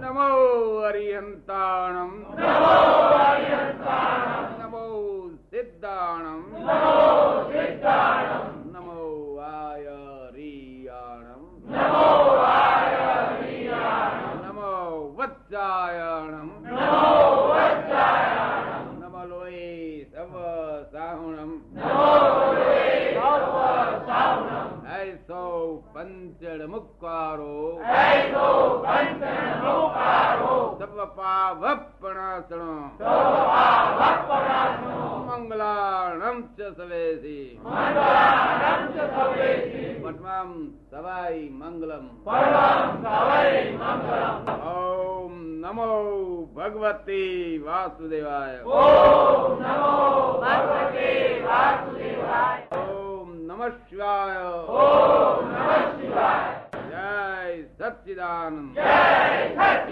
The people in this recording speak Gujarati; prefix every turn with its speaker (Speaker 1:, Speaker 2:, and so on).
Speaker 1: નમો અરિયંતાણમ નમો અરિયંતાણમ નમો સિદ્ધાણમ નમો સિદ્ધાણમ નમો આયરિયાણમ નમો આયરિયાણમ નમો વત્સાયણમ નમો વત્સાયણમ નમો લોહી સવ સાહુણમ નમો લોહી સવ સાહુણમ હૈસો પંચડ મુક્કારો સર્વ પાપ પ્રણાસણો મંગલાણમ ચ સવેસી પટમામ સવાઈ મંગલમ ઓમ નમો ભગવતી વાસુદેવાય ઓમ નમ શિવાય જય સચ્ચિદાનંદ જય